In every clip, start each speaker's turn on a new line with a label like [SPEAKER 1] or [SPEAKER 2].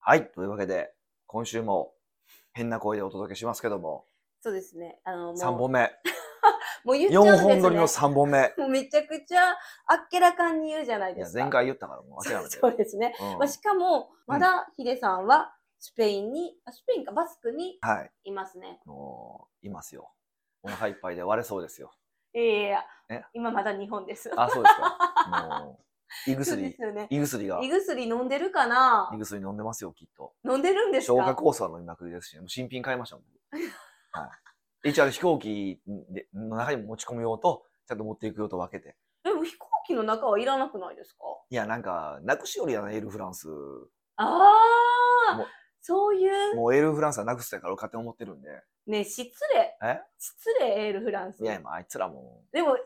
[SPEAKER 1] はい。というわけで、今週も変な声でお届けしますけども、
[SPEAKER 2] そうですね。あの、もう、
[SPEAKER 1] 3本目。
[SPEAKER 2] もう言っちゃうんで
[SPEAKER 1] 4
[SPEAKER 2] すね。
[SPEAKER 1] 本撮りの3本目。
[SPEAKER 2] もうめちゃくちゃあっけらかんに言うじゃない
[SPEAKER 1] い
[SPEAKER 2] で
[SPEAKER 1] や、
[SPEAKER 2] すか。
[SPEAKER 1] 前回言ったからもう諦
[SPEAKER 2] そう
[SPEAKER 1] めて。
[SPEAKER 2] そうですね。
[SPEAKER 1] うん
[SPEAKER 2] まあ、しかも、まだヒデさんはスペインに、あスペインかバスクに
[SPEAKER 1] はい。
[SPEAKER 2] いますね。
[SPEAKER 1] もう、いますよ。お腹いっぱいで割れそうですよ。
[SPEAKER 2] いやいやいや
[SPEAKER 1] え
[SPEAKER 2] 今まだ日本です。
[SPEAKER 1] あ、そうですか。もう、胃
[SPEAKER 2] そうで
[SPEAKER 1] 薬
[SPEAKER 2] す、よね。
[SPEAKER 1] 胃薬が、
[SPEAKER 2] 胃
[SPEAKER 1] 胃
[SPEAKER 2] 薬飲んでるかな
[SPEAKER 1] 薬飲んでますよ、きっと。
[SPEAKER 2] 飲んでるんですか
[SPEAKER 1] 消化酵素は飲みまくりですし、もう新品買いましたもん。はい。一応あれ飛行機での中にも持ち込む用と、ちゃんと持っていく用と分けて。
[SPEAKER 2] でも飛行機の中はいらなくないですか
[SPEAKER 1] いや、なんか、なくしよりやな、エールフランス。
[SPEAKER 2] あ
[SPEAKER 1] も
[SPEAKER 2] あ
[SPEAKER 1] う
[SPEAKER 2] そういう、
[SPEAKER 1] もうエールフランスはなくすやから勝手に思ってるんで。
[SPEAKER 2] ね、失礼。
[SPEAKER 1] え
[SPEAKER 2] 失礼、エールフランス。
[SPEAKER 1] いや、今あいつらも
[SPEAKER 2] でも、エール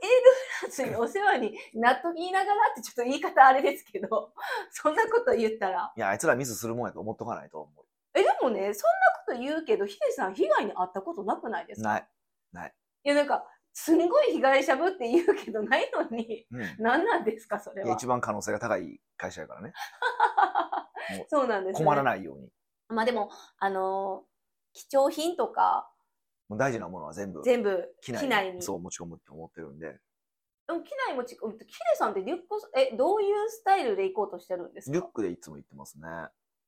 [SPEAKER 2] フランスにお世話になっときながらってちょっと言い方あれですけど、 そんなこと言ったら。
[SPEAKER 1] う、いや、あいつらミスするもんやと思っとかないと思
[SPEAKER 2] え、でもね、そんなこと言うけど、ヒデさん被害に遭ったことなくないで
[SPEAKER 1] う。
[SPEAKER 2] すか
[SPEAKER 1] ない。
[SPEAKER 2] いや、なんか、すんごい被害者ぶって言うけど、ないのに、
[SPEAKER 1] うん。い
[SPEAKER 2] 何なんですか、それ
[SPEAKER 1] や、
[SPEAKER 2] は
[SPEAKER 1] 一。番可能性が高い会社やからね。も
[SPEAKER 2] そうなんです、ね。
[SPEAKER 1] 困ら
[SPEAKER 2] い。
[SPEAKER 1] ないように。
[SPEAKER 2] まあでも、あのー貴重品とか、
[SPEAKER 1] もう大事なものは全部、
[SPEAKER 2] 全部機
[SPEAKER 1] 機
[SPEAKER 2] 内
[SPEAKER 1] 内
[SPEAKER 2] に。
[SPEAKER 1] にそう持ち込むって思ってるんで。
[SPEAKER 2] でも機内もち、うんヒデさんってリュック、え、どういうスタイルで行こうとしてるんです
[SPEAKER 1] リュッ
[SPEAKER 2] か
[SPEAKER 1] クでいつも行ってますね。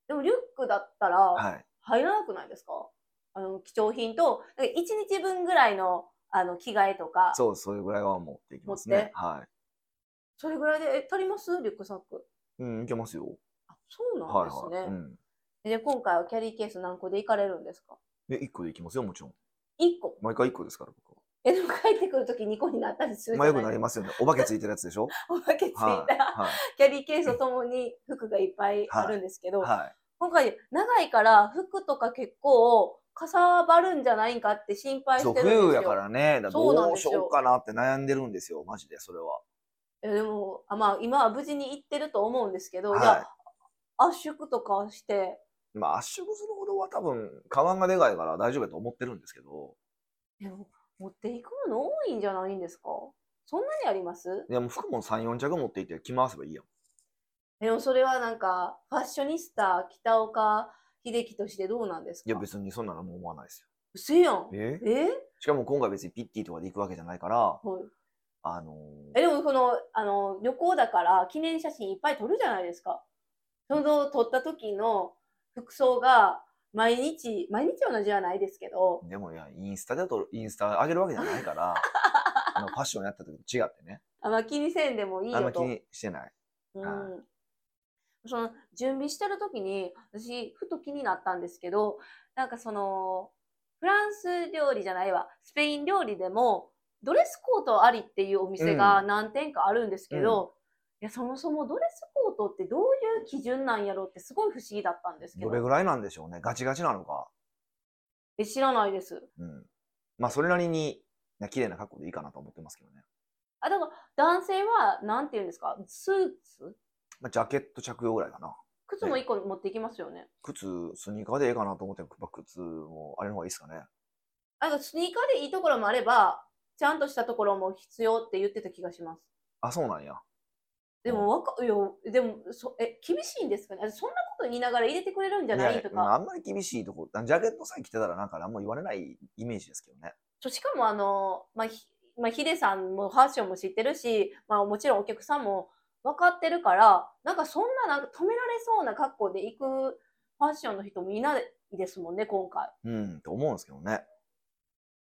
[SPEAKER 2] でもリュックだったら、
[SPEAKER 1] はい。
[SPEAKER 2] 入らなくないですかあの貴重品と1日分ぐらいのあの着替えとかそ
[SPEAKER 1] そう、それぐらいは持っていきますね。は
[SPEAKER 2] れぐらいでえ足りますリュックサック
[SPEAKER 1] い。うん、行けますよ。
[SPEAKER 2] あそうな
[SPEAKER 1] はい
[SPEAKER 2] んですね、
[SPEAKER 1] はい。うん。
[SPEAKER 2] で今回はキャリーケース何個で行かれるんですか
[SPEAKER 1] で、1個で行きますよ、もちろん。
[SPEAKER 2] 1個
[SPEAKER 1] 毎回1個ですから、僕は。
[SPEAKER 2] えでも帰ってくるとき2個になったりするじ
[SPEAKER 1] まあ、
[SPEAKER 2] ゃ
[SPEAKER 1] よくな
[SPEAKER 2] な
[SPEAKER 1] り
[SPEAKER 2] いですか
[SPEAKER 1] ますよね。お化けついてるやつでしょ
[SPEAKER 2] おま けついた、
[SPEAKER 1] はい。はい。
[SPEAKER 2] キャリーケースとともに服がいっぱいあるんですけど、
[SPEAKER 1] は
[SPEAKER 2] 今回長いから服とか結構かさばるんじゃないかって心
[SPEAKER 1] い。
[SPEAKER 2] 配
[SPEAKER 1] そ
[SPEAKER 2] し
[SPEAKER 1] う、
[SPEAKER 2] てるんですよ
[SPEAKER 1] 冬やからね。だ
[SPEAKER 2] そうなん
[SPEAKER 1] どう
[SPEAKER 2] で
[SPEAKER 1] し
[SPEAKER 2] すよ
[SPEAKER 1] ようかなって悩んでるんですよ、マジで、それは。
[SPEAKER 2] えでもあまあ今は無事に行ってると思うんですけど、
[SPEAKER 1] はい
[SPEAKER 2] じゃあ圧縮とかして
[SPEAKER 1] まあ、圧縮するほどは多分、カバンがでかいから大丈夫やと思ってるんですけど、
[SPEAKER 2] でも持っていくもの多いんじゃないんですかそんなにあります
[SPEAKER 1] いや、もう服も3、4着持っていて着回せばいいやん。
[SPEAKER 2] でもそれはなんかファッショニスタ北岡秀樹としてどうなんです
[SPEAKER 1] いや、
[SPEAKER 2] か
[SPEAKER 1] 別にそんなのもう思わないですよ。
[SPEAKER 2] 薄いやん
[SPEAKER 1] え
[SPEAKER 2] え
[SPEAKER 1] しかも今回別にピッティとかで行くわけじゃないから、
[SPEAKER 2] はい
[SPEAKER 1] あのー
[SPEAKER 2] えでもこのあの旅行だから記念写真いっぱい撮るじゃないですかその撮った時の服装が毎日毎日同じはないですけど
[SPEAKER 1] でもいや、インスタで撮る、インスタ上げるわけじゃない から、あのファッションやった時と違ってね。
[SPEAKER 2] あんま気にせんでもいい
[SPEAKER 1] あん
[SPEAKER 2] よ
[SPEAKER 1] ま気
[SPEAKER 2] と
[SPEAKER 1] にしてない。
[SPEAKER 2] うんその準備してる時に私ふと気になったんですけどなんかそのフランス料理じゃないわスペイン料理でもドレスコートありっていうお店が何店かあるんですけど、いやそもそもドレスコートってどういう基準なんやろってすごい不思議だったんですけ
[SPEAKER 1] ど
[SPEAKER 2] ど
[SPEAKER 1] れぐらいなんでしょうね。ガチガチなのか。
[SPEAKER 2] え知らないです
[SPEAKER 1] うん。まあ、それなりに、な綺麗な格好でいいかなと思ってますけどね。
[SPEAKER 2] あだから男性はなんていうんですかスーツ
[SPEAKER 1] まあ、ジャケット着用ぐらいかな。
[SPEAKER 2] 靴も1個持ってきますよね
[SPEAKER 1] 靴、スニーカーでええかなと思って、まあ靴もあれの方がいいですかね。
[SPEAKER 2] あとスニーカーでいいところもあればちゃんとしたところも必要って言ってた気がします
[SPEAKER 1] あ、そうなんや。
[SPEAKER 2] でもわか、いや、でも、そ、え、厳しいんですかね。あそんなこと言いながら入れてくれるんじゃない
[SPEAKER 1] や
[SPEAKER 2] と
[SPEAKER 1] まあ
[SPEAKER 2] か。
[SPEAKER 1] あんまり厳しいとこ、ジャケットさえ着てたらなんか何も言われないイメージですけどね。
[SPEAKER 2] そうしかも、あの、まあ、ひまあ、ヒデさんもファッションも知ってるし、まあ、もちろんお客さんも分かってるから、なんかそんな、なんか止められそうな格好で行くファッションの人もいないですもんね、今回。
[SPEAKER 1] うん、と思うんですけどね。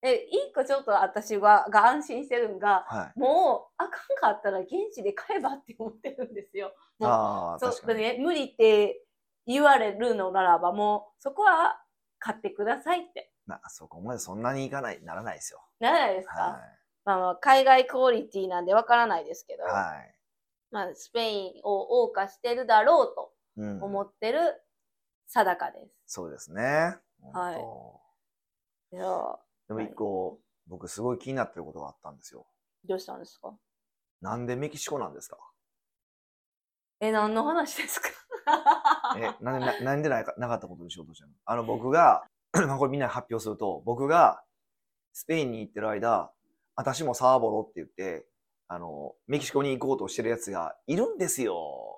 [SPEAKER 2] え、一個ちょっと私は、が安心してるんが、
[SPEAKER 1] はい。
[SPEAKER 2] もう、あかんかったら現地で買えばって思ってるんですよ。もう
[SPEAKER 1] ああ、
[SPEAKER 2] そう
[SPEAKER 1] 確かに。
[SPEAKER 2] ね、無理って言われるのならばもうそこは買ってくださいって
[SPEAKER 1] なそこまでそんなにいかない、ならないですよ。
[SPEAKER 2] ならないですか、
[SPEAKER 1] は
[SPEAKER 2] まあまあ、海外クオリティなんでわからないですけど、
[SPEAKER 1] い。はい。
[SPEAKER 2] まあ、スペインを謳歌してるだろうと
[SPEAKER 1] うん、
[SPEAKER 2] 思ってる定かです。
[SPEAKER 1] そうですね。
[SPEAKER 2] はい
[SPEAKER 1] 本
[SPEAKER 2] いやー
[SPEAKER 1] 当でも一個、僕すごい気になってることがあったんですよ。
[SPEAKER 2] どうしたんですか
[SPEAKER 1] なんでメキシコなんですか
[SPEAKER 2] え何の話ですか
[SPEAKER 1] え、なんでななんでなかなかったことにしようとしてるのあの、僕が、 まあこれみんなに発表すると、僕がスペインに行ってる間、私もサーボロって言って、あの、メキシコに行こうとして るやつがいるんですよ。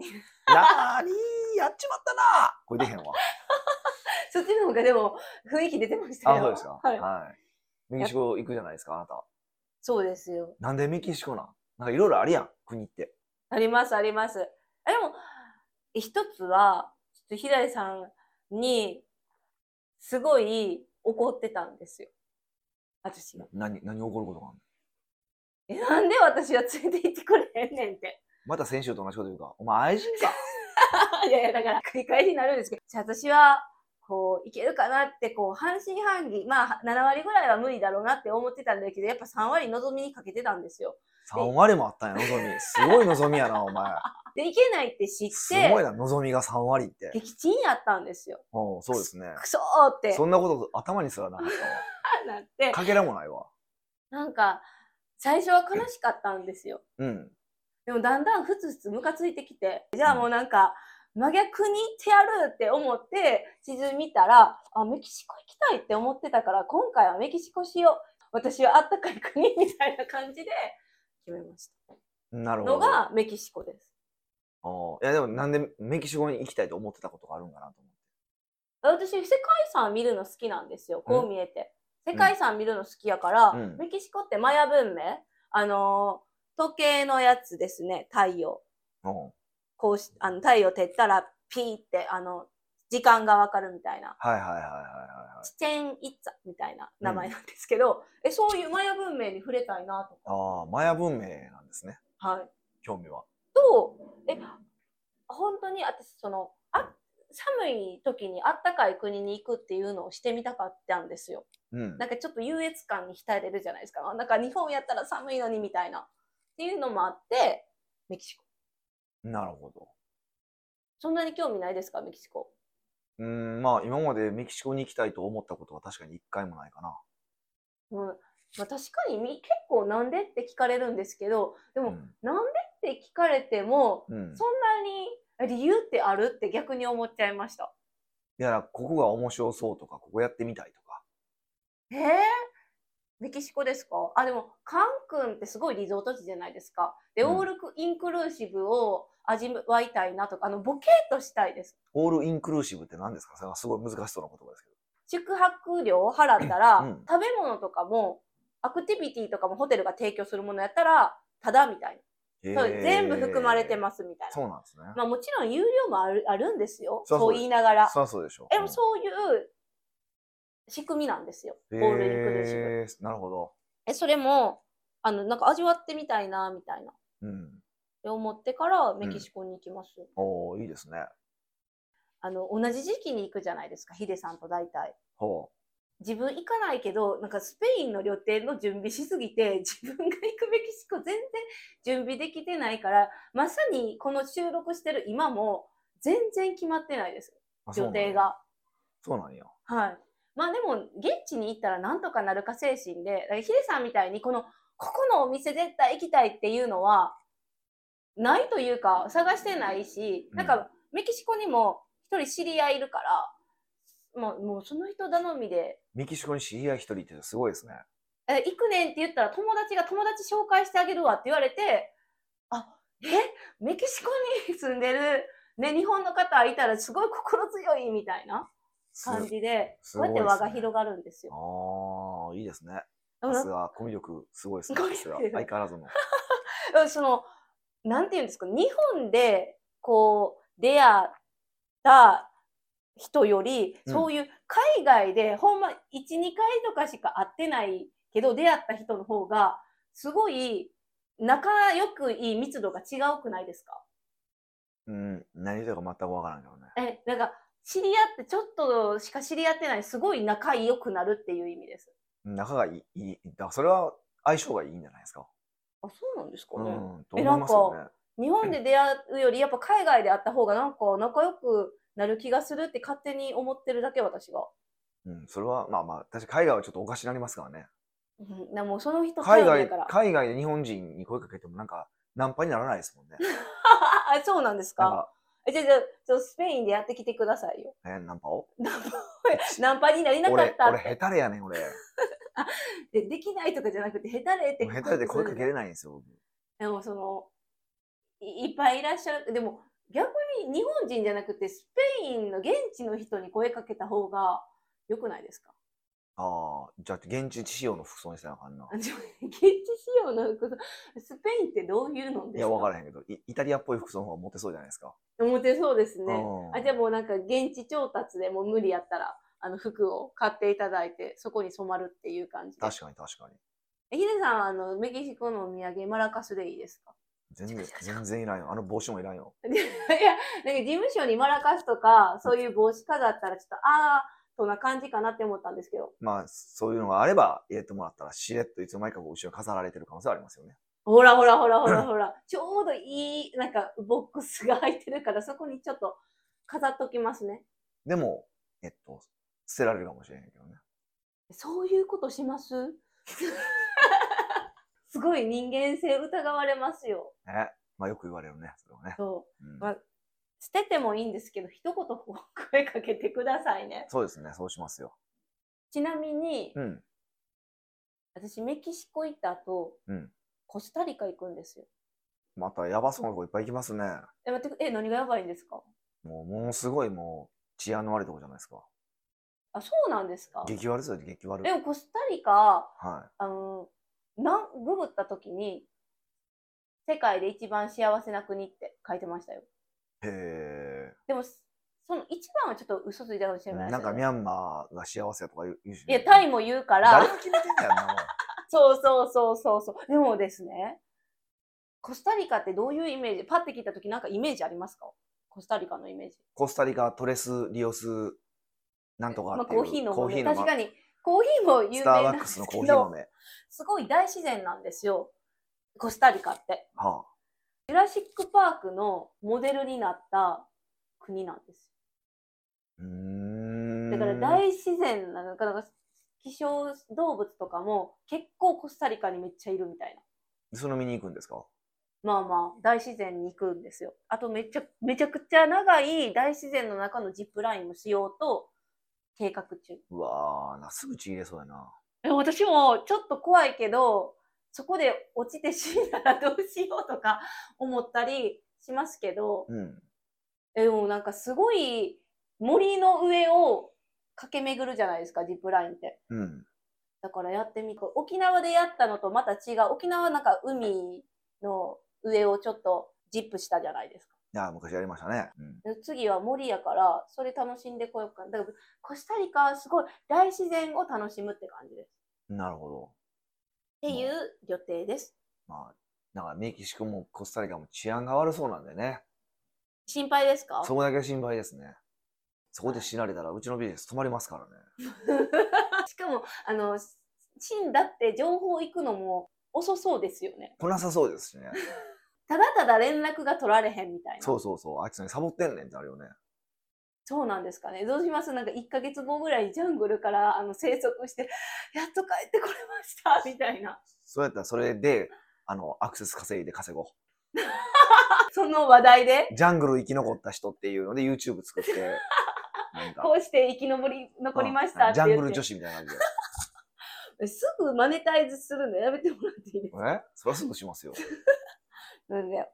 [SPEAKER 1] なーにーやっちまったなーこれ出へんわ。
[SPEAKER 2] そっちの方がでも雰囲気出てましたよ。
[SPEAKER 1] あ、そうですか。
[SPEAKER 2] はい。
[SPEAKER 1] はい。メキシコ行くじゃないですか、あなた。
[SPEAKER 2] そうですよ。
[SPEAKER 1] なんでメキシコなんなんかいろいろあるやん、国って。
[SPEAKER 2] あります、あります。あでも、一つは、ちょっと左さんに、すごい怒ってたんですよ。私が。
[SPEAKER 1] 何、何起こることがあんの
[SPEAKER 2] え、なんで私は連れて行ってくれへんねんって。
[SPEAKER 1] また先週と同じこと言うか。お前愛人か。
[SPEAKER 2] いやいや、だから、繰り返しになるんですけど、じゃあ私は、こう、いけるかなって、こう、半信半疑、まあ、7割ぐらいは無理だろうなって思ってたんだけど、やっぱ3割望みにかけてたんですよ。
[SPEAKER 1] 3割もあったんや、望み。すごい望みやな、お前。
[SPEAKER 2] で、いけないって知っ
[SPEAKER 1] すごい
[SPEAKER 2] て、
[SPEAKER 1] な、望みが3割って。
[SPEAKER 2] 撃沈やったんですよ。
[SPEAKER 1] うん、そうですね。
[SPEAKER 2] くそーって、
[SPEAKER 1] そんなこと頭にすらなかったわ。
[SPEAKER 2] なって、
[SPEAKER 1] かけらもないわ。
[SPEAKER 2] なんか、最初は悲しかったんですよ。
[SPEAKER 1] うん。
[SPEAKER 2] でもだんだんふつふつムカついてきて、じゃあもうなんか、真逆に行ってやるって思って、地図見たら、あ、メキシコ行きたいって思ってたから、今回はメキシコしよう。私はあったかい国みたいな感じで決めまし
[SPEAKER 1] な
[SPEAKER 2] た。
[SPEAKER 1] るほど。
[SPEAKER 2] のがメキシコです。
[SPEAKER 1] うんいや、でもなんでメキシコに行きたいと思ってたことがあるんかなと思って。
[SPEAKER 2] 私、世界遺産見るの好きなんですよ。こう見えて。
[SPEAKER 1] うん
[SPEAKER 2] 世界遺産見るの好きやから、
[SPEAKER 1] うん
[SPEAKER 2] メキシコってマヤ文明あのー時計のやつですね。太陽。
[SPEAKER 1] うん。
[SPEAKER 2] こうし、あの、太陽照ったら、ピーって、あの、時間がわかるみたいな。
[SPEAKER 1] はいはいはいはいはいはい。
[SPEAKER 2] チチェンイッツァみたいな名前なんですけど、えそういうマヤ文明に触れたいなと
[SPEAKER 1] ああ、マヤ文明なんですね。
[SPEAKER 2] か、はい、
[SPEAKER 1] 興味は。
[SPEAKER 2] とえ本当に私そのあ寒い時にあったかい国に行くっていうのをしてみたかったんですよ
[SPEAKER 1] うん。
[SPEAKER 2] なんかちょっと優越感に浸れるじゃないですかなんか日本やったら寒いのにみたいなっていうのもあってメキシコ
[SPEAKER 1] なるほど。
[SPEAKER 2] そんなに興味ないですかメキシコ
[SPEAKER 1] うーん、まあ今までメキシコに行きたいと思ったことは確かに一回もないかな。
[SPEAKER 2] うんまあ、確かにみ結構なんでって聞かれるんですけどでも、なんでって聞かれても
[SPEAKER 1] うん。うん。い
[SPEAKER 2] そんなに理由ってあるって逆に思っちゃいました。
[SPEAKER 1] や、なんかここが面白そうとか、ここやってみたいとか。
[SPEAKER 2] えー、メキシコですかあ、でも、カンクンってすごいリゾート地じゃないですか。で、
[SPEAKER 1] うん
[SPEAKER 2] オールインクルーシブを味わいたいなとか、あの、ボケっとしたいです。
[SPEAKER 1] オールインクルーシブって何ですかそれはすごい難しそうな言葉ですけど。
[SPEAKER 2] 宿泊料を払ったら、
[SPEAKER 1] うん
[SPEAKER 2] 食べ物とかも、アクティビティとかもホテルが提供するものやったら、ただみたいな。そう全部含まれてますみたいな。
[SPEAKER 1] そうなんですね。
[SPEAKER 2] まあもちろん有料もあるあるんですよ。
[SPEAKER 1] そ
[SPEAKER 2] そ
[SPEAKER 1] そ
[SPEAKER 2] うう
[SPEAKER 1] う
[SPEAKER 2] 言いながら。
[SPEAKER 1] そりゃそうでしょ
[SPEAKER 2] え、でもそういう仕組みなんですよ。
[SPEAKER 1] う
[SPEAKER 2] オ
[SPEAKER 1] ん
[SPEAKER 2] ールインクルーシブ。
[SPEAKER 1] へーなるほど。
[SPEAKER 2] え、それも、あの、なんか味わってみたいな、みたいな。っ
[SPEAKER 1] うん。
[SPEAKER 2] て思ってからメキシコに行きます。
[SPEAKER 1] おーいいですね。
[SPEAKER 2] あの、同じ時期に行くじゃないですか、ヒデさんと大体。
[SPEAKER 1] ほ
[SPEAKER 2] 自分行かないけど、なんかスペインの旅程の準備しすぎて、 自分が行くメキシコ全然準備できてないから、まさにこの収録してる今も全然決まってないです。
[SPEAKER 1] う。あ
[SPEAKER 2] 予定。が。
[SPEAKER 1] そうなんやそうなんや。
[SPEAKER 2] はい。まあでも、現地に行ったらなんとかなるか精神で、だからヒデさんみたいに、この、ここのお店絶対行きたいっていうのは、ないというか、探してないし、
[SPEAKER 1] うん
[SPEAKER 2] なんか、メキシコにも一人知り合いいるから、もう、もうその人頼みで、
[SPEAKER 1] メキシコに知り合い一人ってすごいですね。
[SPEAKER 2] え、行くねんって言ったら友達が友達紹介してあげるわって言われて、あ、え、メキシコに住んでる、ね、日本の方いたらすごい心強いみたいな
[SPEAKER 1] す
[SPEAKER 2] 感じで、
[SPEAKER 1] す
[SPEAKER 2] こうやって
[SPEAKER 1] すごいっ
[SPEAKER 2] 輪
[SPEAKER 1] すね
[SPEAKER 2] が広がるんですよ。
[SPEAKER 1] ああ、いいですね。
[SPEAKER 2] で
[SPEAKER 1] さ
[SPEAKER 2] もな
[SPEAKER 1] す
[SPEAKER 2] んか
[SPEAKER 1] が、コミュ力すごいですね。
[SPEAKER 2] コ
[SPEAKER 1] さ
[SPEAKER 2] ミュ
[SPEAKER 1] すが
[SPEAKER 2] 力
[SPEAKER 1] 相変わらずの。
[SPEAKER 2] うんその、なんていうんですか、日本で、こう、出会った人より、
[SPEAKER 1] うん
[SPEAKER 2] そういう海外で、ほんま、1、2回とかしか会ってないけど、出会った人の方が、すごい、仲良くいい密度が違うくないですか
[SPEAKER 1] うん、何言ってるか全くわからんけどね。
[SPEAKER 2] え、なんか、知り合って、ちょっとしか知り合ってない、すごい仲良くなるっていう意味です。
[SPEAKER 1] 仲がいい、いいだからそれは相性がいいんじゃないですか。
[SPEAKER 2] あ、そうなんですか
[SPEAKER 1] う
[SPEAKER 2] ね。
[SPEAKER 1] ん、と
[SPEAKER 2] え
[SPEAKER 1] 思いますよね。
[SPEAKER 2] 日本で出会うよりやっぱ海外で会った方がなんか仲良くなる気がするって勝手に思ってるだけ私が。
[SPEAKER 1] うん、それは、まあまあ、確かに海外はちょっとおかしになりますからね。
[SPEAKER 2] うん、なもうその人
[SPEAKER 1] 海
[SPEAKER 2] や
[SPEAKER 1] 外
[SPEAKER 2] から、。
[SPEAKER 1] 海外で日本人に声かけてもなんか、ナンパにならないですもんね。
[SPEAKER 2] あ そうなんです
[SPEAKER 1] なん
[SPEAKER 2] か。
[SPEAKER 1] か、
[SPEAKER 2] えじゃあじゃあちょっとスペインでやってきてくださいよ。
[SPEAKER 1] えナンパ を
[SPEAKER 2] ナンパナンパになりなかっ
[SPEAKER 1] 俺、
[SPEAKER 2] たっ
[SPEAKER 1] 俺、
[SPEAKER 2] て
[SPEAKER 1] ヘタレやねん、俺。
[SPEAKER 2] でできないとかじゃなくてヘタレって
[SPEAKER 1] ヘタレで声かけれないんですよ、僕
[SPEAKER 2] でもそのいいっぱいいらっしゃるでも逆に日本人じゃなくてスペインの現地の人に声かけた方が良くないですか
[SPEAKER 1] ああ、じゃあ、現地仕様の服装にせなあかんな。
[SPEAKER 2] 現地仕様の服装スペインってどういうのですか
[SPEAKER 1] いや、わからへんけど、イイタリアっぽい服装の方がモテそうじゃないですか。
[SPEAKER 2] 思ってそうですね。
[SPEAKER 1] うん
[SPEAKER 2] あ、じゃあもうなんか現地調達でもう無理やったら、あの服を買っていただいて、そこに染まるっていう感じで。
[SPEAKER 1] 確かに確かに。
[SPEAKER 2] えヒデさんはあの、メキシコのお土産、マラカスでいいですか
[SPEAKER 1] 全然、全然いらんよ。あの帽子もいらんよ。
[SPEAKER 2] いや、なんか事務所にマラカスとか、そういう帽子飾ったらちょっと、あー、そんな感じかなって思ったんですけど。
[SPEAKER 1] まあ、そういうのがあれば入れてもらったら、しれっといつの間にかこう後ろに飾られてる可能性はありますよね。
[SPEAKER 2] ほらほらほらほらほら、ちょうどいい、なんかボックスが入ってるから、そこにちょっと飾っときますね。
[SPEAKER 1] でも、えっと、捨てられるかもしれへんけどね。
[SPEAKER 2] そういうことします すごい人間性疑われますよ。
[SPEAKER 1] ね。まあ、よく言われるね、それはね。
[SPEAKER 2] そうう。
[SPEAKER 1] ん
[SPEAKER 2] まあ、捨ててもいいんですけど、一言こう声かけてくださいね。
[SPEAKER 1] そうですね、そうしますよ。
[SPEAKER 2] ちなみに、
[SPEAKER 1] うん。
[SPEAKER 2] 私メキシコ行った後、
[SPEAKER 1] うん
[SPEAKER 2] コスタリカ行くんですよ。
[SPEAKER 1] また、やばそうなとこいっぱい行きますね。
[SPEAKER 2] え、待って、え、何がやばいんですか
[SPEAKER 1] もう、ものすごいもう、治安の悪いとこじゃないですか。
[SPEAKER 2] あ、そうなんですか
[SPEAKER 1] 激悪ですよ、激悪。
[SPEAKER 2] でもコスタリカ、
[SPEAKER 1] は
[SPEAKER 2] あの、なん、ググった時に、世界で一番幸せな国って書いてましたよ。
[SPEAKER 1] い。へ
[SPEAKER 2] でも、その一番はちょっと嘘ついたかもし
[SPEAKER 1] え。
[SPEAKER 2] れないです
[SPEAKER 1] なん
[SPEAKER 2] よ
[SPEAKER 1] か、
[SPEAKER 2] ね
[SPEAKER 1] ミャンマーが幸せやとか言う言うし、
[SPEAKER 2] いや、タイも言うか
[SPEAKER 1] 誰
[SPEAKER 2] ら
[SPEAKER 1] が、決めてんだよな、もう
[SPEAKER 2] そうそうそうそうそう。でもですね、コスタリカってどういうイメージ、パッて聞いたときなんかイメージありますかコスタリカのイメージ。
[SPEAKER 1] コスタリカ、トレス、リオス、なんとか
[SPEAKER 2] まあ、
[SPEAKER 1] っていう
[SPEAKER 2] コーヒーの
[SPEAKER 1] コー
[SPEAKER 2] 豆、
[SPEAKER 1] ヒーの
[SPEAKER 2] 確かに、コーヒーも有名
[SPEAKER 1] スター
[SPEAKER 2] な
[SPEAKER 1] バ
[SPEAKER 2] ん
[SPEAKER 1] ッ
[SPEAKER 2] で
[SPEAKER 1] クス
[SPEAKER 2] す
[SPEAKER 1] のコー
[SPEAKER 2] け
[SPEAKER 1] ヒー
[SPEAKER 2] ど、
[SPEAKER 1] 豆。
[SPEAKER 2] すごい大自然なんですよ。コスタリカって。
[SPEAKER 1] はあ、
[SPEAKER 2] ジュラシック・パークのモデルになった国なんです。
[SPEAKER 1] うーん。
[SPEAKER 2] だから大自然なのか、なんか希少動物とかも結構コスタリカにめっちゃいるみたいな。
[SPEAKER 1] その見に行くんですか
[SPEAKER 2] まあまあ、大自然に行くんですよ。あとめちゃ、めちゃくちゃ長い大自然の中のジップラインもしようと計画中。
[SPEAKER 1] うわーな、すぐちぎれそうやな。
[SPEAKER 2] え私もちょっと怖いけど、そこで落ちて死んだらどうしようとか思ったりしますけど、
[SPEAKER 1] うん。
[SPEAKER 2] えでもなんかすごい森の上を駆け巡るじゃないですか、ジップラインって。
[SPEAKER 1] うん。
[SPEAKER 2] だからやってみこう沖縄でやったのとまた違う。沖縄なんか海の上をちょっとジップしたじゃないですか。
[SPEAKER 1] いや、昔やりましたね。うん。
[SPEAKER 2] で次は森やから、それ楽しんでこようかな。だから、コスタリカはすごい大自然を楽しむって感じです。
[SPEAKER 1] なるほど。
[SPEAKER 2] っていう予定です。
[SPEAKER 1] まあ、だからメキシコもコスタリカも治安が悪そうなんでね。
[SPEAKER 2] 心配ですか
[SPEAKER 1] そこだけ心配ですね。そこで死なれたらうちのビジネス止まりますからね。
[SPEAKER 2] しかも、あの、死んだって情報行くのも遅そうですよね。
[SPEAKER 1] 来なさそうですしね。
[SPEAKER 2] ただただ連絡が取られへんみたいな。
[SPEAKER 1] そうそうそう。あいつにサボってんねんってあるよね。
[SPEAKER 2] そうなんですかね。どうしますなんか1ヶ月後ぐらいにジャングルからあの生息して、やっと帰ってこれました みたいな。
[SPEAKER 1] そうやったらそれで、あの、アクセス稼いで稼ご
[SPEAKER 2] その話題で
[SPEAKER 1] う。ジャングル生き残った人っていうので YouTube 作って、 なんか
[SPEAKER 2] こうして生き残り残りました
[SPEAKER 1] う
[SPEAKER 2] っ
[SPEAKER 1] ん
[SPEAKER 2] て
[SPEAKER 1] ジ
[SPEAKER 2] 言っ
[SPEAKER 1] ャ
[SPEAKER 2] て。
[SPEAKER 1] ングル女子みたいな感じで。
[SPEAKER 2] すぐマネタイズするのやめてもらっていいですか
[SPEAKER 1] えそりゃすぐしますよ。
[SPEAKER 2] なんで、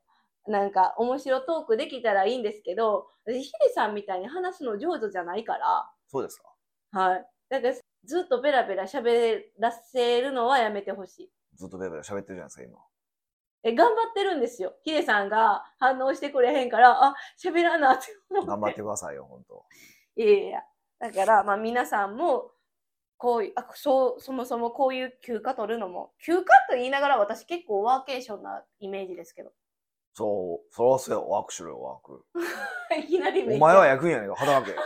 [SPEAKER 2] なんか面白トークできたらいいんですけど、私ヒデさんみたいに話すの上手じゃないから、
[SPEAKER 1] そうですか
[SPEAKER 2] はい。だからずっとベラベラ喋らせるのはやめてほしい。
[SPEAKER 1] ずっとベラベラ喋ってるじゃないですか、今。
[SPEAKER 2] え、頑張ってるんですよ。ヒデさんが反応してくれへんから、あ、喋らなって思って。
[SPEAKER 1] 頑張ってくださいよ、本当。
[SPEAKER 2] いやいやいや。だから、まあ皆さんも、こういう、あ、そう、そもそもこういう休暇取るのも、休暇と言いながら私結構ワーケーションなイメージですけど。
[SPEAKER 1] そう、そらそうや、ワークしろよ、ワーク。
[SPEAKER 2] いきなり
[SPEAKER 1] お
[SPEAKER 2] めっちゃ
[SPEAKER 1] 前は役員やねんから働 け。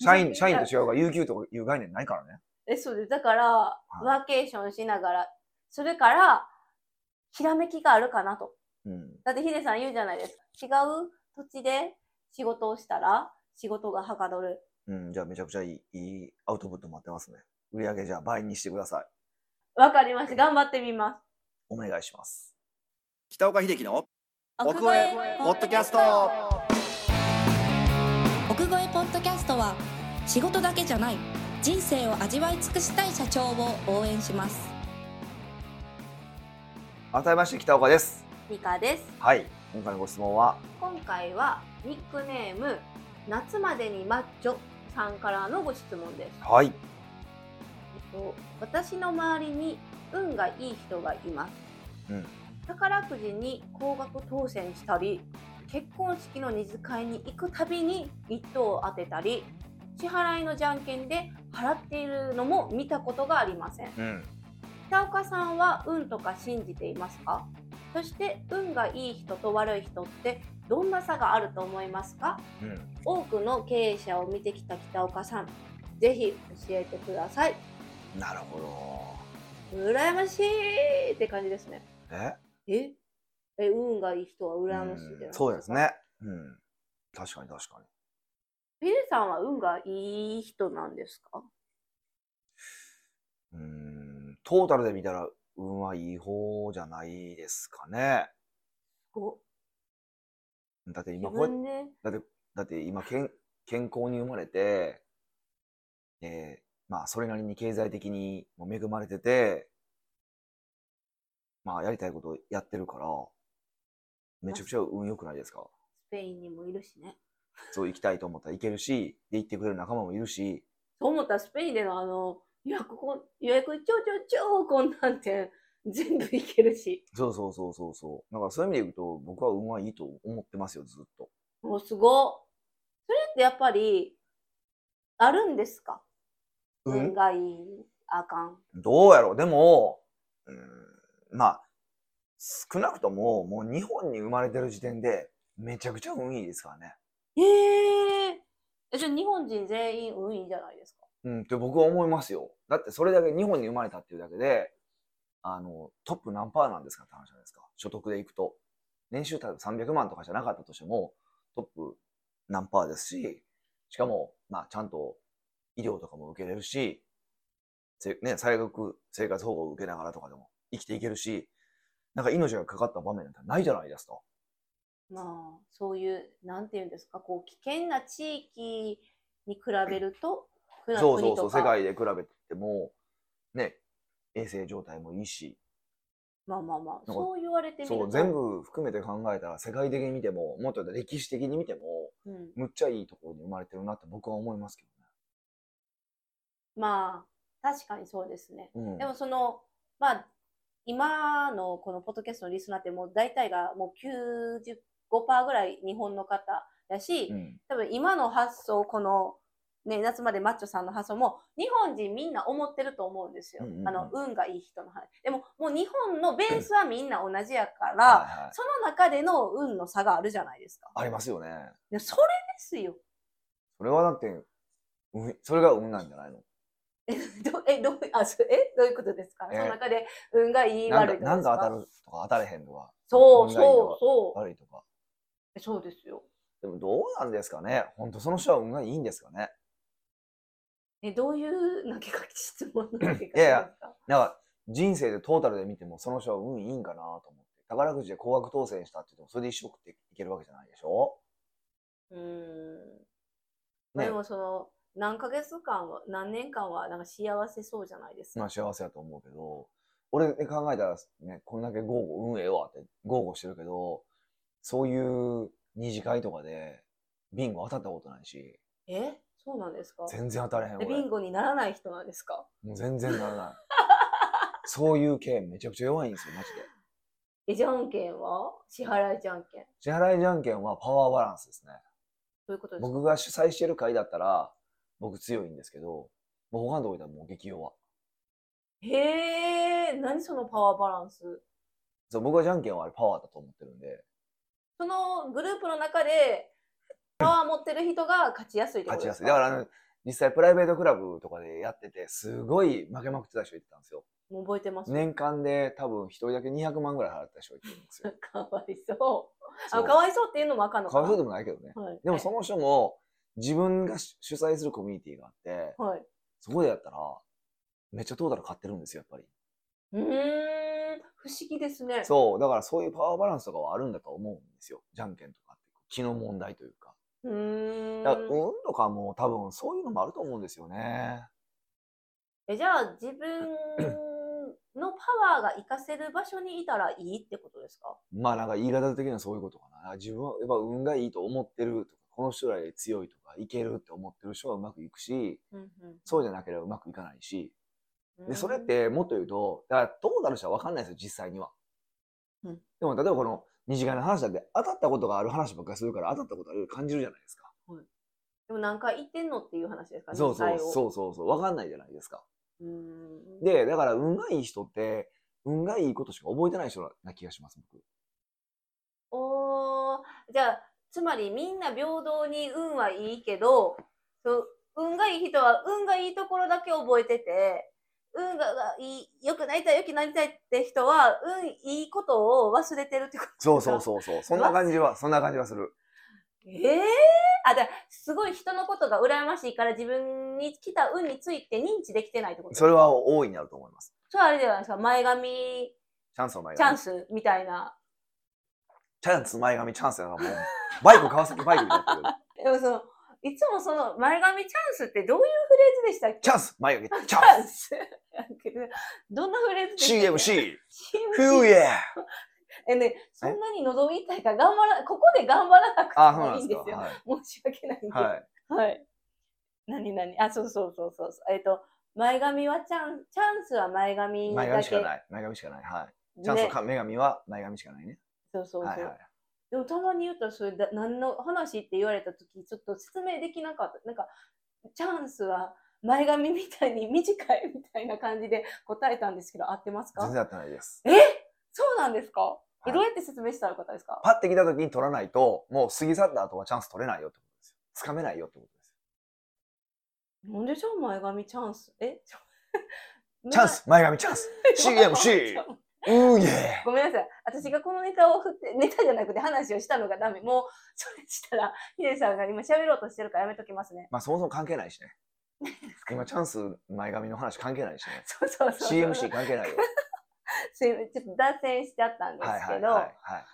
[SPEAKER 1] 社員、社員と
[SPEAKER 2] て。
[SPEAKER 1] 違うから、有給とかいう概念ないからね。
[SPEAKER 2] え、そうです。だから、
[SPEAKER 1] い
[SPEAKER 2] ワーケーションしながら、それから、ひらめきがあるかなと。
[SPEAKER 1] うん。
[SPEAKER 2] だってヒデさん言うじゃないですか。違う土地で仕事をしたら、仕事がはかどる。
[SPEAKER 1] うん、じゃあめちゃくちゃいい、いいアウトプット待ってますね。売り上げじゃあ倍にしてください。
[SPEAKER 2] わかりました。頑張ってみます。
[SPEAKER 1] お願いします。
[SPEAKER 3] 北岡秀樹の奥越えポッドキャスト
[SPEAKER 4] 奥越えポッドキャストは仕事だけじゃない人生を味わい尽くしたい社長を応援します
[SPEAKER 1] 改めまして、北岡です。
[SPEAKER 2] ミカです。
[SPEAKER 1] はい。今回のご質問は、
[SPEAKER 2] 今回はニックネーム夏までにマッチョさんからのご質問です、
[SPEAKER 1] はい。
[SPEAKER 2] えっと私の周りに運がいい人がいます、
[SPEAKER 1] うん
[SPEAKER 2] 宝くじに高額当選したり結婚式の二次会に行くたびにリットを当てたり支払いのじゃんけんで払っているのも見たことがありません
[SPEAKER 1] うん。
[SPEAKER 2] 北岡さんは運とか信じていますかそして運がいい人と悪い人ってどんな差があると思いますか
[SPEAKER 1] うん。
[SPEAKER 2] 多くの経営者を見てきた北岡さんぜひ教えてください
[SPEAKER 1] なるほ
[SPEAKER 2] 羨ましいって感じですね
[SPEAKER 1] ど。え
[SPEAKER 2] ええ運がいい人は羨ましいじゃない
[SPEAKER 1] うんそうですね。うん。確かに確かに。
[SPEAKER 2] ピレさんは運がいい人なんですか
[SPEAKER 1] うーんトータルで見たら運はいい方じゃないですかね。
[SPEAKER 2] ご
[SPEAKER 1] だって
[SPEAKER 2] 自
[SPEAKER 1] 今こうやっ
[SPEAKER 2] 分で
[SPEAKER 1] だって、だって今健、健康に生まれて、えーまあそれなりに経済的にも恵まれてて、まあやりたいことをやってるから、めちゃくちゃ運良くないですか
[SPEAKER 2] スペインにもいるしね
[SPEAKER 1] そう行きたいと思ったら行けるし、で行ってくれる仲間もいるし、
[SPEAKER 2] そう思ったらスペインでのあの予約こん予約超超超こんなんて全部いけるし
[SPEAKER 1] そうそうそうそうそう。だからそういう意味で言うと、僕は運はいいと思ってますよ、ずっと。
[SPEAKER 2] もうすごっそれってやっぱりあるんですか、運がいいあかん
[SPEAKER 1] どうやろうでも、うーん、まあ、少なくとも、もう日本に生まれてる時点で、めちゃくちゃ運いいですからね。
[SPEAKER 2] ええじゃあ日本人全員運いいんじゃないですか
[SPEAKER 1] うん、って僕は思いますよ。だってそれだけ日本に生まれたっていうだけで、あの、トップ何パーなんですかって話じゃないですか。所得でいくと。年収多分300万とかじゃなかったとしても、トップ何パーですし、しかも、まあ、ちゃんと医療とかも受けれるし、せね、最悪生活保護を受けながらとかでも生きていけるし、なんか命がかかった場面なんてないじゃないですか。
[SPEAKER 2] まあそういうなんていうんですかこう危険な地域に比べると国
[SPEAKER 1] そうそうそう、
[SPEAKER 2] 国とか
[SPEAKER 1] 世界で比べても、ね、衛生状態もいいし、
[SPEAKER 2] まあまあま
[SPEAKER 1] か
[SPEAKER 2] あそう言われてみる
[SPEAKER 1] そ
[SPEAKER 2] と
[SPEAKER 1] う全、部含めて考えたら世界的に見てももっと言うと歴史的に見ても
[SPEAKER 2] うん、
[SPEAKER 1] むっちゃいいところに生まれてるなって僕は思いますけ
[SPEAKER 2] まあ確かにそうですね
[SPEAKER 1] どね。うん、
[SPEAKER 2] でもそのまあ今のこのポッドキャストのリスナーってもう大体がもう95%ぐらい日本の方やし、
[SPEAKER 1] うん
[SPEAKER 2] 多分今の発想この、ね、夏までマッチョさんの発想も日本人みんな思ってると思うんですよ、
[SPEAKER 1] うんうんうん
[SPEAKER 2] あの運がいい人の話でももう日本のベースはみんな同じやか
[SPEAKER 1] はい
[SPEAKER 2] ら、
[SPEAKER 1] はい
[SPEAKER 2] その中での運の差があるじゃないですか
[SPEAKER 1] ありますよね。
[SPEAKER 2] でそれですよ
[SPEAKER 1] それはだって運それが運なんじゃないの
[SPEAKER 2] えどえどうあそえどういうことですか
[SPEAKER 1] え
[SPEAKER 2] その中で運がいい
[SPEAKER 1] なん
[SPEAKER 2] 悪
[SPEAKER 1] か
[SPEAKER 2] いとか
[SPEAKER 1] なんか
[SPEAKER 2] です
[SPEAKER 1] 当たるとか当たれへんとか
[SPEAKER 2] そう
[SPEAKER 1] 運がいいと
[SPEAKER 2] そ
[SPEAKER 1] か
[SPEAKER 2] うそう
[SPEAKER 1] 悪いとか。
[SPEAKER 2] えそうですよ
[SPEAKER 1] でもどうなんですかね本当その人は運がいいんですかね
[SPEAKER 2] えどういう投げかけ質問の投げかけですか
[SPEAKER 1] いやいやなんか人生でトータルで見てもその人は運いいんかなと思って宝くじで高額当選したって言ってもそれで一生食っていけるわけじゃないでしょ
[SPEAKER 2] うーん
[SPEAKER 1] ね
[SPEAKER 2] でもその何ヶ月間は何年間はなんか幸せそうじゃないですか、
[SPEAKER 1] まあ幸せやと思うけど、俺で考えたらね、こんだけ豪語、運ええわって豪語してるけど、そういう二次会とかで、ビンゴ当たったことないし、
[SPEAKER 2] えそうなんですか
[SPEAKER 1] 全然当たれへん
[SPEAKER 2] え
[SPEAKER 1] 俺。
[SPEAKER 2] ビンゴにならない人なんですか
[SPEAKER 1] もう全然ならない。そういう系めちゃくちゃ弱いんですよ、マジで。
[SPEAKER 2] えじゃんけんは支払いじゃんけん
[SPEAKER 1] 支払いじゃんけんはパワーバランスですね。
[SPEAKER 2] そういうことですか
[SPEAKER 1] 僕が主催してる会だったら、僕強いんですけど、もう他のとこ行ったらもう激弱。
[SPEAKER 2] へえ何そのパワーバランス
[SPEAKER 1] そう、僕はじゃんけんはあれパワーだと思ってるんで、
[SPEAKER 2] そのグループの中 でパワー持ってる人が勝ちやすいってこ
[SPEAKER 1] 勝ち
[SPEAKER 2] とで
[SPEAKER 1] や
[SPEAKER 2] す
[SPEAKER 1] す
[SPEAKER 2] か
[SPEAKER 1] い。だから、あの実際プライベートクラブとかでやってて、すごい負けまくってた人いてたんですよ。
[SPEAKER 2] もう覚えてます、。
[SPEAKER 1] 年間で多分一人だけ200万ぐらい払った人いてるんですよ
[SPEAKER 2] かわいそう
[SPEAKER 1] そ
[SPEAKER 2] あ
[SPEAKER 1] う
[SPEAKER 2] かわいそうっていうのもあかんの
[SPEAKER 1] か
[SPEAKER 2] か
[SPEAKER 1] わいそうでもないけどね。
[SPEAKER 2] はい、
[SPEAKER 1] でもその人も自分が主主催するコミュニティがあって、
[SPEAKER 2] はい
[SPEAKER 1] そこでやったら、めっちゃトータル買ってるんですよ、やっぱ
[SPEAKER 2] うーん、不思議ですね。
[SPEAKER 1] り。そう、だからそういうパワーバランスとかはあるんだと思うんですよ。じゃんけんとかって。気の問題というか。
[SPEAKER 2] うーん。
[SPEAKER 1] だから運とかも多分そういうのもあると思うんですよね。
[SPEAKER 2] えじゃあ自分のパワーが活かせる場所にいたらいいってことですか
[SPEAKER 1] まあなんか言い方的にはそういうことかな。自分はやっぱ運がいいと思ってるとか、この人らより強いとか、いけるって思ってる人はうまくいくし、そうじゃなければうまくいかないし。で、それっ、てもっと言うと、だからトータルしたら分かんないですよ、実際には。
[SPEAKER 2] うん
[SPEAKER 1] でも例えばこの二次会の話だって当たったことがある話ばっかりするから当たったことあるように感じるじゃないですか。
[SPEAKER 2] でも何回言ってんのっていう話ですか
[SPEAKER 1] そうそう
[SPEAKER 2] う。
[SPEAKER 1] そうそうそう、分かんないじゃないですか。
[SPEAKER 2] うん
[SPEAKER 1] で、だから運がいい人って、運がいいことしか覚えてない人な気がします、僕。
[SPEAKER 2] おーじゃあつまりみんな平等に運はいいけどそう運がいい人は運がいいところだけ覚えてて運がいい良くなりたい良くなりたいって人は運いいことを忘れてるってこと
[SPEAKER 1] そうそうそうそう。そんな感じは、そんな感じはする。
[SPEAKER 2] ええあだからすごい人のことが羨ましいから自分に来た運について認知できてないってこと
[SPEAKER 1] それは大いになると思います。
[SPEAKER 2] それあれじゃないですか前髪
[SPEAKER 1] チャンスの前
[SPEAKER 2] チャン
[SPEAKER 1] ス。
[SPEAKER 2] スみたいな
[SPEAKER 1] チャンス前髪チャンスやな、もう。バイク、川崎バイクになって る。
[SPEAKER 2] でもそのいつもその前髪チャンスってどういうフレーズでしたっけ
[SPEAKER 1] チャンス前髪チ
[SPEAKER 2] チ
[SPEAKER 1] ャ
[SPEAKER 2] ャ
[SPEAKER 1] ン
[SPEAKER 2] ンスどんなフレーズで
[SPEAKER 1] ス
[SPEAKER 2] したっ
[SPEAKER 1] !CMC!
[SPEAKER 2] け
[SPEAKER 1] フ
[SPEAKER 2] CMC
[SPEAKER 1] ューイエー
[SPEAKER 2] えね、そんなに望みたいから頑張ら、ここで頑張らなく
[SPEAKER 1] あ、そう
[SPEAKER 2] て
[SPEAKER 1] な
[SPEAKER 2] も
[SPEAKER 1] ん
[SPEAKER 2] いいん
[SPEAKER 1] で
[SPEAKER 2] ですすよ。
[SPEAKER 1] か。
[SPEAKER 2] 申し訳ないんで。
[SPEAKER 1] はい。はい。
[SPEAKER 2] はい。何何あ、そうそうそうそうそう。えっ、と、前髪はチャンチャンスは前髪だけ。
[SPEAKER 1] 前髪しかない。前髪しかない。はい。チャンス
[SPEAKER 2] ね
[SPEAKER 1] か、女神は前髪しかないね。
[SPEAKER 2] そうそうそう。
[SPEAKER 1] はいはい。
[SPEAKER 2] でもたまに言ったらそれだ何の話って言われた時ちょっと説明できなかったなんかチャンスは前髪みたいに短いみたいな感じで答えたんですけど合ってます
[SPEAKER 1] 全
[SPEAKER 2] か
[SPEAKER 1] 然合ってないです。
[SPEAKER 2] そうなんですか、
[SPEAKER 1] い
[SPEAKER 2] えどうやって説明したらよかったですか
[SPEAKER 1] パッて来た時に取らないと、もう過ぎ去った後はチャンス取れないよってことですよ。つかめないよってことです
[SPEAKER 2] なんでじゃあ前髪チャンスえちょ
[SPEAKER 1] よ。チャンス前髪チャンス !CMC! うーイエ
[SPEAKER 2] ごめんなさい私がこのネタを振って ネタじゃなくて話をしたのがダメもうそれしたらヒデさんが今喋ろうとしてるからやめときますね
[SPEAKER 1] ーまあそもそも関係ないしね。今チャンス前髪の話関係ないしね。
[SPEAKER 2] そう そうそう
[SPEAKER 1] CMC 関係ないよ。
[SPEAKER 2] すいませんちょっと脱線しちゃったんです
[SPEAKER 1] はいは
[SPEAKER 2] け
[SPEAKER 1] い
[SPEAKER 2] ど、
[SPEAKER 1] はいはい。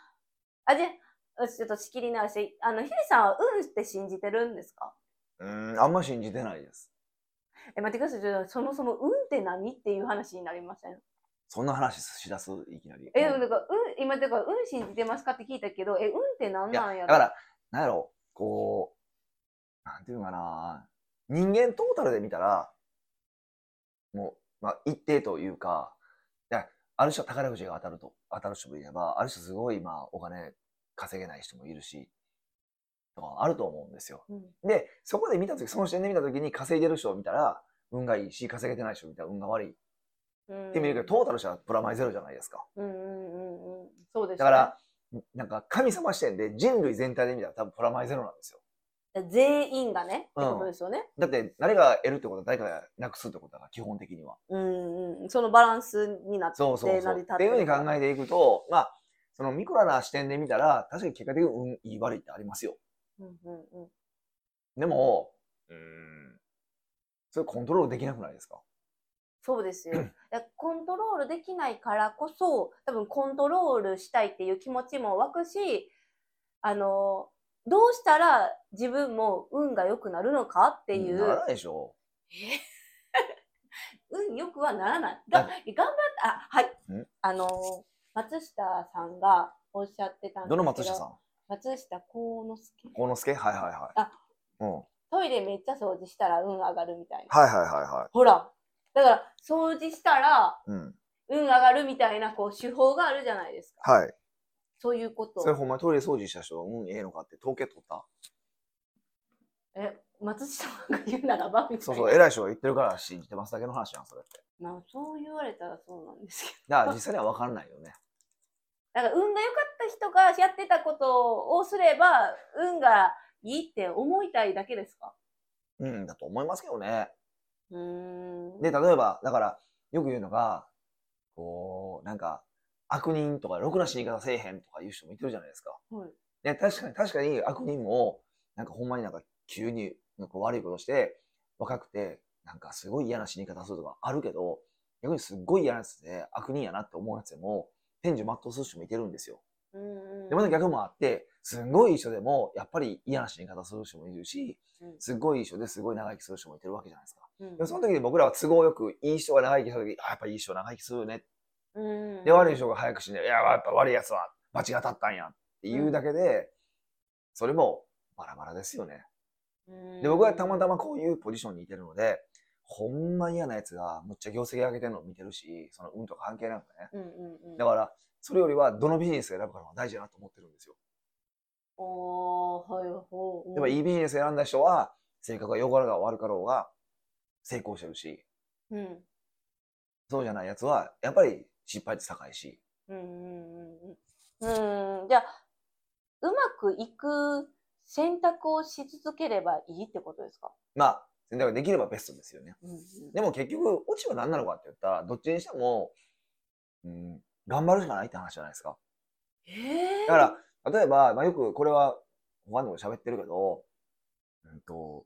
[SPEAKER 2] あ、じゃあ、ちょっと仕切り直して、あの、ヒデさんは運って信じてるんですか
[SPEAKER 1] うーん、あんま信じてないです。
[SPEAKER 2] え、待ってください。ちょっとそもそも運って何っていう話になりません。
[SPEAKER 1] そんな話しだす、いきなり。
[SPEAKER 2] え、でもだから、運、今、だから、運信じてますかって聞いたけど、え、運って何
[SPEAKER 1] い
[SPEAKER 2] な
[SPEAKER 1] や
[SPEAKER 2] ん
[SPEAKER 1] だ
[SPEAKER 2] やろ
[SPEAKER 1] から、なんやろ、こう、なんていうのかな、人間トータルで見たら、もう、まあ、一定というか、いやある人は宝くじが当たると、当たる人もいれば、ある人すごい、まあ、お金稼げない人もいるし、とかあると思うんですよ。
[SPEAKER 2] うん
[SPEAKER 1] で、そこで見たとき、その視点で見たときに、稼いでる人を見たら、運がいいし、稼げてない人を見たら運が悪いっ
[SPEAKER 2] うん
[SPEAKER 1] て見るけど、トータルしたらプラマイゼロじゃないですか。
[SPEAKER 2] うんうんうんうん。そうです、
[SPEAKER 1] だから、、なんか神様視点で人類全体で見たら多分プラマイゼロなんですよ。
[SPEAKER 2] 全員がね、って
[SPEAKER 1] うん
[SPEAKER 2] ことですよね。
[SPEAKER 1] だって、誰が得るってことは誰かがなくすってことだから、基本的には。
[SPEAKER 2] うんうん。そのバランスになって、
[SPEAKER 1] そうそうそ
[SPEAKER 2] 成
[SPEAKER 1] う。っ
[SPEAKER 2] り立ってて
[SPEAKER 1] い
[SPEAKER 2] る
[SPEAKER 1] うふうに考えていくと、まあ、そのミクロな視点で見たら、確かに結果的に運いい悪いってありますよ。
[SPEAKER 2] うんうんうん。
[SPEAKER 1] でも、うーん、それコントロールできなくないですか
[SPEAKER 2] そうです よ。だからコントロールできないからこそ、多分コントロールしたいっていう気持ちも湧くし、あの、どうしたら自分も運が良くなるのかっていう、
[SPEAKER 1] ならないでしょ。
[SPEAKER 2] 運良くはならない。が頑張って、あ、はい
[SPEAKER 1] ん。
[SPEAKER 2] あの、松下さんがおっしゃってたんですけど、
[SPEAKER 1] どの松下さん
[SPEAKER 2] 松下幸之助。
[SPEAKER 1] 幸之助はいはいはい。
[SPEAKER 2] あ
[SPEAKER 1] うん。はい
[SPEAKER 2] トイレめっちゃ掃除したら運上がるみたいな。
[SPEAKER 1] はいはいは
[SPEAKER 2] ほら、だから掃除したら
[SPEAKER 1] い。うん。
[SPEAKER 2] 運上がるみたいなこう手法があるじゃないですか。
[SPEAKER 1] はい。
[SPEAKER 2] そういうこと。
[SPEAKER 1] それほんまトイレ掃除した人、うん、ええのかって統計取った。
[SPEAKER 2] え、松下さんが言うならばみたいな。
[SPEAKER 1] そうそう、偉い人が言ってるから信じてますだけの話やん、それって。
[SPEAKER 2] まあ、そう言われたらそうなんですけ
[SPEAKER 1] だから実際には分かんないよね。
[SPEAKER 2] ど。 なんか運が良かった人がやってたことをすれば、運がいいって思いたいだけですか
[SPEAKER 1] うん、だと思いますけどね。
[SPEAKER 2] うーん。
[SPEAKER 1] で、例えば、だから、よく言うのが、こう、なんか、悪人とか、ろくな死に方せえへんとか言う人もいてるじゃないですか。
[SPEAKER 2] はい
[SPEAKER 1] で、確かに、確かに悪人も、なんかほんまになんか急になんか悪いことして、若くて、なんかすごい嫌な死に方するとかあるけど、逆にすっごい嫌なやつで悪人やなって思うやつでも、天寿全うする人もいてるんですよ。
[SPEAKER 2] うんうん
[SPEAKER 1] で、また逆もあって、すんごいいい人でも、やっぱり嫌な死に方する人もいるし、
[SPEAKER 2] うん
[SPEAKER 1] すっごいいい人ですごい長生きする人もいてるわけじゃないですか。
[SPEAKER 2] うん
[SPEAKER 1] でもその時に僕らは都合よく、いい人が長生きした時、あやっぱいい人は長生きするね。
[SPEAKER 2] うん
[SPEAKER 1] で、悪い人が早く死んで、いや、やっぱ悪い奴は、罰が当たったんやっていうだけで、それもバラバラですよね。で、僕はたまたまこういうポジションにいてるので、ほんま嫌な奴が、むっちゃ業績上げてるのを見てるし、その運とか関係なくね。
[SPEAKER 2] うんうんうん
[SPEAKER 1] だから、それよりは、どのビジネスを選ぶかの方が大事だなと思ってるんですよ。
[SPEAKER 2] おーはいほう
[SPEAKER 1] やっぱいいビジネス選んだ人は、性格が良かろうが悪かろうが、成功してるし、
[SPEAKER 2] うん
[SPEAKER 1] そうじゃないやつは、やっぱり失敗率高いし、
[SPEAKER 2] うんうんうんうんうんじゃあうまくいく選択をし続ければいいってことですか、
[SPEAKER 1] まあ、選択ができればベストですよね。
[SPEAKER 2] うんうん、
[SPEAKER 1] でも結局、落ちは何なのかって言ったら、どっちにしても、うん、頑張るしかないって話じゃないですか。
[SPEAKER 2] えー
[SPEAKER 1] だから、例えば、まあ、よくこれは、他にも喋ってるけど、うんと、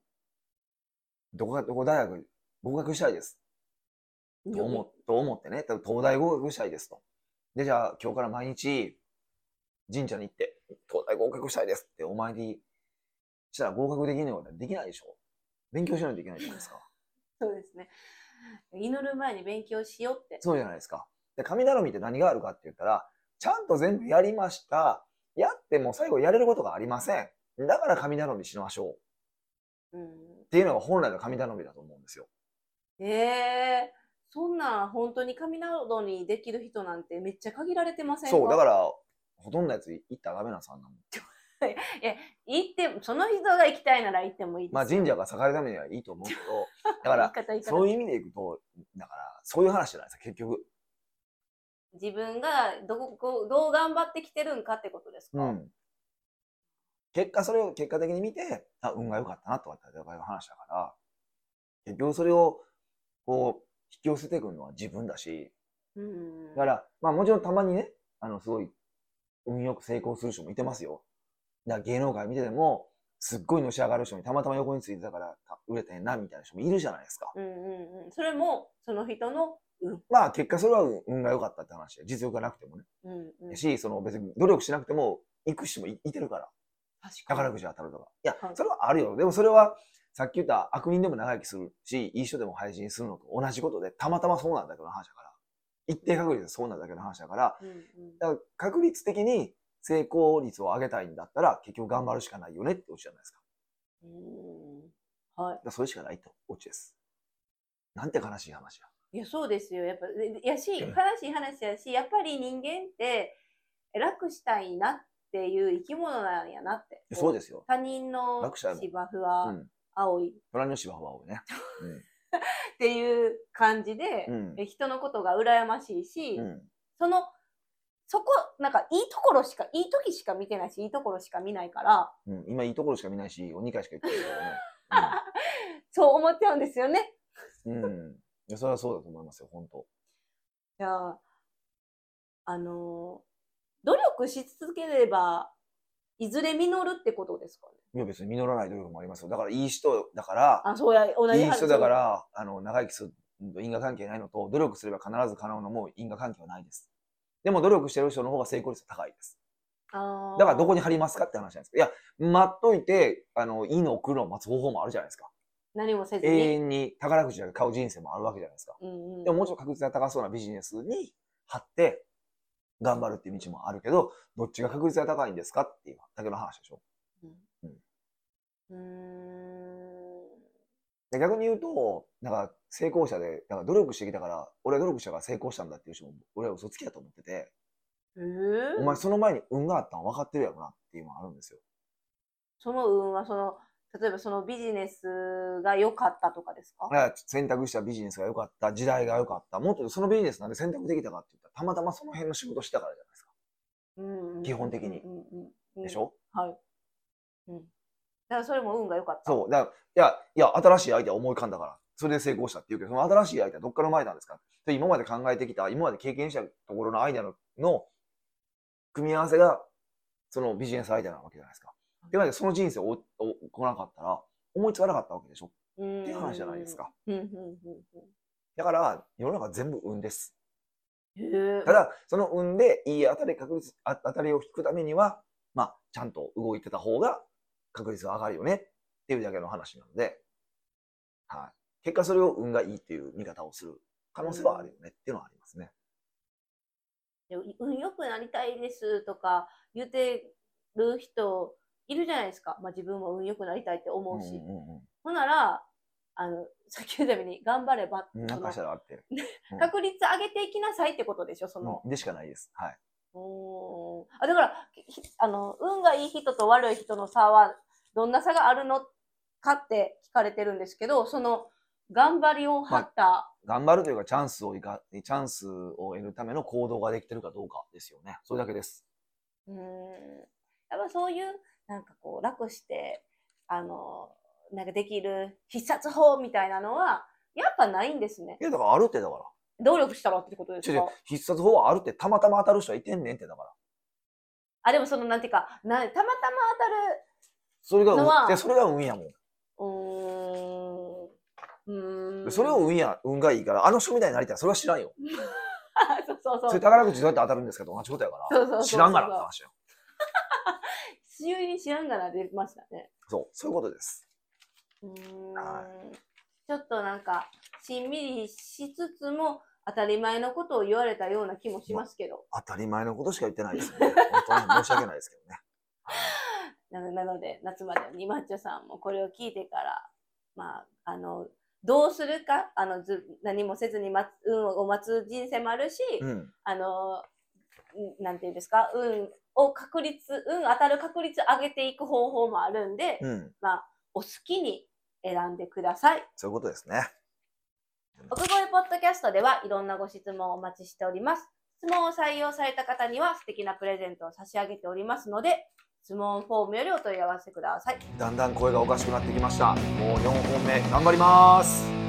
[SPEAKER 1] どこが、どこ大学合格したいです。と思と思ってね、多分東大合格したいですと。で、じゃあ今日から毎日神社に行って、東大合格したいですってお前にしたら合格できないことはできないでしょ。勉強しないといけないじゃない ですか。
[SPEAKER 2] そうですね祈る前に勉強しようって
[SPEAKER 1] そうじゃないですか。で、神頼みって何があるかって言ったら、ちゃんと全部やりました。やっても最後やれることがありません。だから神頼みしましょう。
[SPEAKER 2] うん
[SPEAKER 1] っていうのが本来の神頼みだと思うんですよ。
[SPEAKER 2] えーそんなん本当に神などにできる人なんてめっちゃ限られてませんか
[SPEAKER 1] そう、だから、ほとんどのやつ行ったらダメなんです、あんなもん。
[SPEAKER 2] 行ってもその人が行きたいなら行ってもいいです
[SPEAKER 1] まあ神社が栄えるためにはいいと思う けど、だから、
[SPEAKER 2] 言い方言い方
[SPEAKER 1] そういう意味でいくと、だから、そういう話じゃないですか、結局。
[SPEAKER 2] 自分がどここうどう頑張ってきてるんかってことですか、
[SPEAKER 1] うん。結果、それを結果的に見て、あ、運が良かったなとかっていう話だから、結局それを、こう、引き寄せてくるのは自分だし、
[SPEAKER 2] うん
[SPEAKER 1] だから、まあもちろんたまにね、あの、すごい、運よく成功する人もいてますよ。だから芸能界見てても、すっごいのし上がる人にたまたま横についてたから、た売れてんな、みたいな人もいるじゃないですか。
[SPEAKER 2] うんうんうん、それもその人の、
[SPEAKER 1] まあ結果、それは運運が良かったって話で、実力がなくてもね。
[SPEAKER 2] うんうん、
[SPEAKER 1] やし、その別に努力しなくても行く人もいいてるから、宝くじ当たるとか。いや
[SPEAKER 2] は、い
[SPEAKER 1] それはあるよ。でもそれは、さっき言った悪人でも長生きするし、いい人でも配信するのと同じことで、たまたまそうなんだけど話だから。一定確率でそうなんだけど話だから、
[SPEAKER 2] うんうん
[SPEAKER 1] だから確率的に成功率を上げたいんだったら、結局頑張るしかないよねってオチじゃないですか。
[SPEAKER 2] うんは
[SPEAKER 1] だからそれしかないとオチです。なんて悲しい話や。
[SPEAKER 2] い、いやそうですよやっぱでやし悲
[SPEAKER 1] うん
[SPEAKER 2] しい話やしやっぱり人間って楽したいなっていう生き物なんやなって
[SPEAKER 1] そうですよ。
[SPEAKER 2] 他人の
[SPEAKER 1] 楽したいもん
[SPEAKER 2] 芝生
[SPEAKER 1] う
[SPEAKER 2] は
[SPEAKER 1] ん。
[SPEAKER 2] 青いっ
[SPEAKER 1] 隣の芝生は多いね。
[SPEAKER 2] ていう感じで、
[SPEAKER 1] うん
[SPEAKER 2] え人のことが羨ましいし、
[SPEAKER 1] うん。うん。
[SPEAKER 2] そのそこなんかいいところしかいい時しか見てないしいいところしか見ないから
[SPEAKER 1] うん、今いいところしか見ないし、2回しか行ってないけどね。うん
[SPEAKER 2] そう思っちゃうんですよね。
[SPEAKER 1] うん。いや、それはそうだと思いますよ、本当。
[SPEAKER 2] じゃあ、あのー努力し続ければ、いずれ実るってことですかね。
[SPEAKER 1] いや、別に実らない努力もありますよ。だから、いい人だから、
[SPEAKER 2] あ、そうや、同じ
[SPEAKER 1] い
[SPEAKER 2] 話
[SPEAKER 1] い人だか。ら、あの、長生きすると因果関係ないのと、努力すれば必ず叶うのも因果関係はないです。でも、努力してる人の方が成功率が高いです。
[SPEAKER 2] あー
[SPEAKER 1] だから、どこに貼りますかって話なんですけど、いや、待っといて、あの、いいのを来るのを待つ方法もあるじゃないですか。
[SPEAKER 2] 何もせず
[SPEAKER 1] 永
[SPEAKER 2] に。
[SPEAKER 1] 遠に宝くじが買う人生もあるわけじゃないですか。
[SPEAKER 2] うんうん
[SPEAKER 1] でも、もうちょっと確率が高そうなビジネスに貼って、頑張るっていう道もあるけど、どっちが確率が高いんですかっていうだけの話でしょ。
[SPEAKER 2] うん。う
[SPEAKER 1] で逆に言うと、なんか成功者で、なんか努力してきたから、俺は努力したから成功したんだっていう人も、俺は嘘つきやと思ってて、
[SPEAKER 2] ーん。えー
[SPEAKER 1] お前その前に運があったん分かってるやろなっていうのもあるんですよ。
[SPEAKER 2] その運は、その、例えばそのビジネスが良かったとかですか
[SPEAKER 1] だから選択したビジネスが良かった、時代が良かった、もっとそのビジネスなんで選択できたかって言ったら、たまたまその辺の仕事したからじゃないですか。
[SPEAKER 2] うんうん
[SPEAKER 1] 基本的に
[SPEAKER 2] うんうんうん
[SPEAKER 1] でしょ、
[SPEAKER 2] はい。うん。だからそれも運が良かった。
[SPEAKER 1] そう。だから、いや、いや、新しいアイデア思い浮かんだから、それで成功したって言うけど、その新しいアイデアどっから生まれたんですかで今まで考えてきた、今まで経験したところのアイデアのの組み合わせが、そのビジネスアイデアなわけじゃないですか。で、までその人生を追追来なかったら、思いつかなかったわけでしょ
[SPEAKER 2] う。うん。っ
[SPEAKER 1] っていう話じゃないです。か。
[SPEAKER 2] うんうんうんうん。
[SPEAKER 1] だから、世の中全部運です。
[SPEAKER 2] へえ
[SPEAKER 1] ただ、その運でいい当たり確率、あ当たりを引くためには、まあ、ちゃんと動いてた方が確率が上がるよねっていうだけの話なので、はい。結果それを運がいいっていう見方をする可能性はあるよねっていうのはありますね。
[SPEAKER 2] で運良くなりたいですとか言ってる人いるじゃないですか。まあ自分も運良くなりたいって思うし。
[SPEAKER 1] うんうんうん
[SPEAKER 2] ほんなら、あの、さっき言ったように、頑張れば、
[SPEAKER 1] うん。なんかしたらあって。
[SPEAKER 2] その確率上げていきなさいってことでしょ、その。
[SPEAKER 1] うんでしかないです。はい。
[SPEAKER 2] うーんあだからひあの運がいい人と悪い人の差はどんな差があるのかって聞かれてるんですけどその頑張りを張った、
[SPEAKER 1] 頑張るというか、チャンスをいか、チャンスを得るための行動ができてるかどうかですよね。それだけです。
[SPEAKER 2] うーんやっぱそういうなんかこう楽してあのなんかできる必殺法みたいなのはやっぱないんですね
[SPEAKER 1] いや、だからあるってだから。
[SPEAKER 2] 努力したらってことで
[SPEAKER 1] ち
[SPEAKER 2] す
[SPEAKER 1] ょち
[SPEAKER 2] か
[SPEAKER 1] ょ必殺法はあるって、たまたま当たる人はいてんねんってだから。
[SPEAKER 2] あでもそのなんていうかなたまたま
[SPEAKER 1] それが
[SPEAKER 2] のは
[SPEAKER 1] 運、でそれが運やもん。
[SPEAKER 2] 当たるうーんうーん
[SPEAKER 1] それを運や、運がいいから、あの人みたいになりたい。それは知らんよ。
[SPEAKER 2] そうそうそう
[SPEAKER 1] それ宝くじどうやって当たるんですかと同じことやから。
[SPEAKER 2] そうそうそうそう
[SPEAKER 1] 知らんがなって話よ。
[SPEAKER 2] 急に知らんがな出ましたね。
[SPEAKER 1] そう、そういうことです。
[SPEAKER 2] うーん
[SPEAKER 1] は
[SPEAKER 2] ちょっとなんか、しんみりしつつも、当たり前のことを言われたような気もしますけど。
[SPEAKER 1] 当たり前のことしか言ってないですよ ね。本当に申し訳ないですけどね。
[SPEAKER 2] なのなので、夏までにマッチョさんもこれを聞いてから、まあ、あの、どうするか、あの、ず何もせずに待つ、運を待つ人生もあるし、
[SPEAKER 1] うん。
[SPEAKER 2] あの、んなんていうんですか、運を確率、運当たる確率上げていく方法もあるんで、
[SPEAKER 1] うん。
[SPEAKER 2] まあ、お好きに選んでください。
[SPEAKER 1] そういうことですね。
[SPEAKER 2] 奥越ポッドキャストではいろんなご質問をお待ちしております。質問を採用された方には素敵なプレゼントを差し上げておりますので、質問フォームよりお問い合わせください。
[SPEAKER 1] だんだん声がおかしくなってきました。もう4本目、頑張ります。